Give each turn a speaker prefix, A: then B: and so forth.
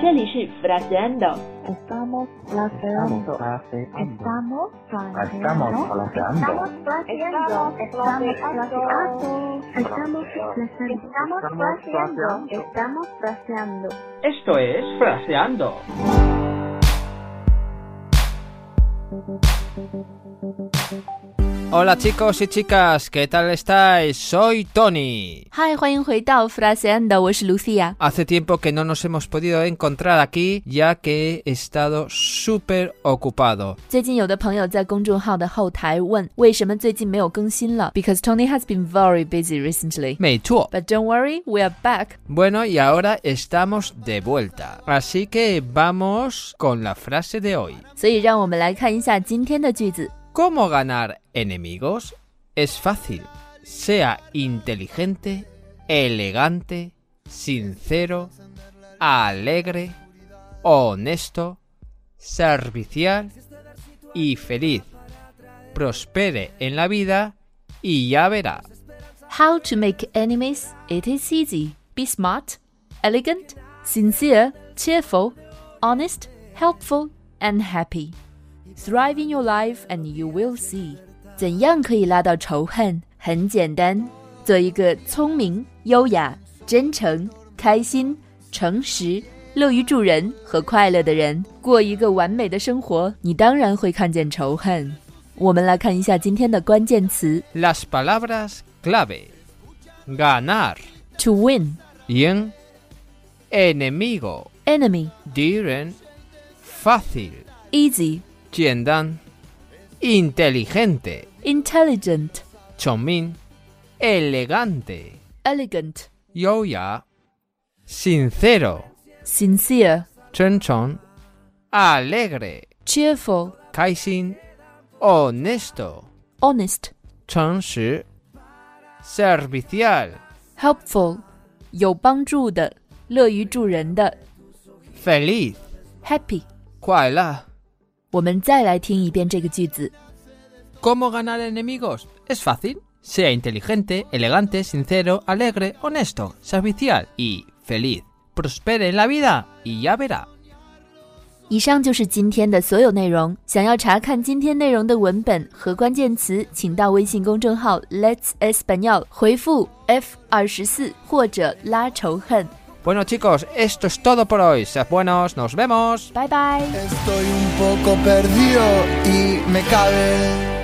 A: 这里是 fraseando，
B: Estamos
C: Estamos
B: fraseando.
C: fraseando.
B: Estamos
C: Estamos
B: fraseando.
C: fraseando.
D: Estamos fraseando.
B: Estamos fraseando.
D: Estamos fraseando.
B: Estamos fraseando.
E: Esto es Fraseando.
F: Hola chicos y chicas, ¿qué tal estáis? Soy Tony.
A: 嗨，欢迎回到 fraseando，我是 Lucia。
F: Hace tiempo que no nos hemos podido encontrar aquí ya que he estado súper ocupado.
A: 最近有的朋友在公众号的后台问，为什么最近没有更新了？Because Tony has been very busy recently.
F: 没错.
A: But don't worry, we are back.
F: Bueno, y ahora estamos de vuelta. Así que vamos con la frase de hoy.
A: 所以让我们来看一下今天的句子。
F: ¿Cómo ganar enemigos? Es fácil. Sea inteligente, elegante, sincero, alegre, honesto, servicial y feliz. Prospere en la vida y ya verá.
A: How to make enemies? It is easy. Be smart, elegant, sincere, cheerful, honest, helpful, and happy. Thrive in your life and you will see. 怎样可以拉到仇恨？很简单，做一个聪明、优雅、真诚、开心、诚实、乐于助人和快乐的人，过一个完美的生活，你当然会看见仇恨。我们来看一下今天的关键词
F: Las palabras clave. Ganar.
A: ：to win,
F: Bien. Enemigo.
A: enemy,
F: Diren. Fácil.
A: easy,
F: dan inteligente,
A: intelligent,
F: Chongmin, elegante,
A: elegant,
F: Yoya, sincero,
A: sincere,
F: Chenchon, alegre,
A: cheerful,
F: Kaixin, honesto,
A: honest,
F: Changshi, servicial,
A: helpful, 有帮助的，乐于助人的
F: feliz,
A: happy。
F: Kuala.
A: 我们再来听一遍这个句子
F: ¿Cómo ganar enemigos? Es fácil. Sea inteligente, elegante, sincero, alegre, honesto, servicial y feliz. Prospere en la vida y ya verá.
A: 以上就是今天的所有内容。想要查看今天内容的文本和关键词，请到微信公众号 Let's Espanol 回复 F 二十四或者拉仇恨。
F: Bueno chicos, esto es todo por hoy. Sed buenos, nos vemos.
A: 拜拜。
G: Estoy un poco perdido y me cabe.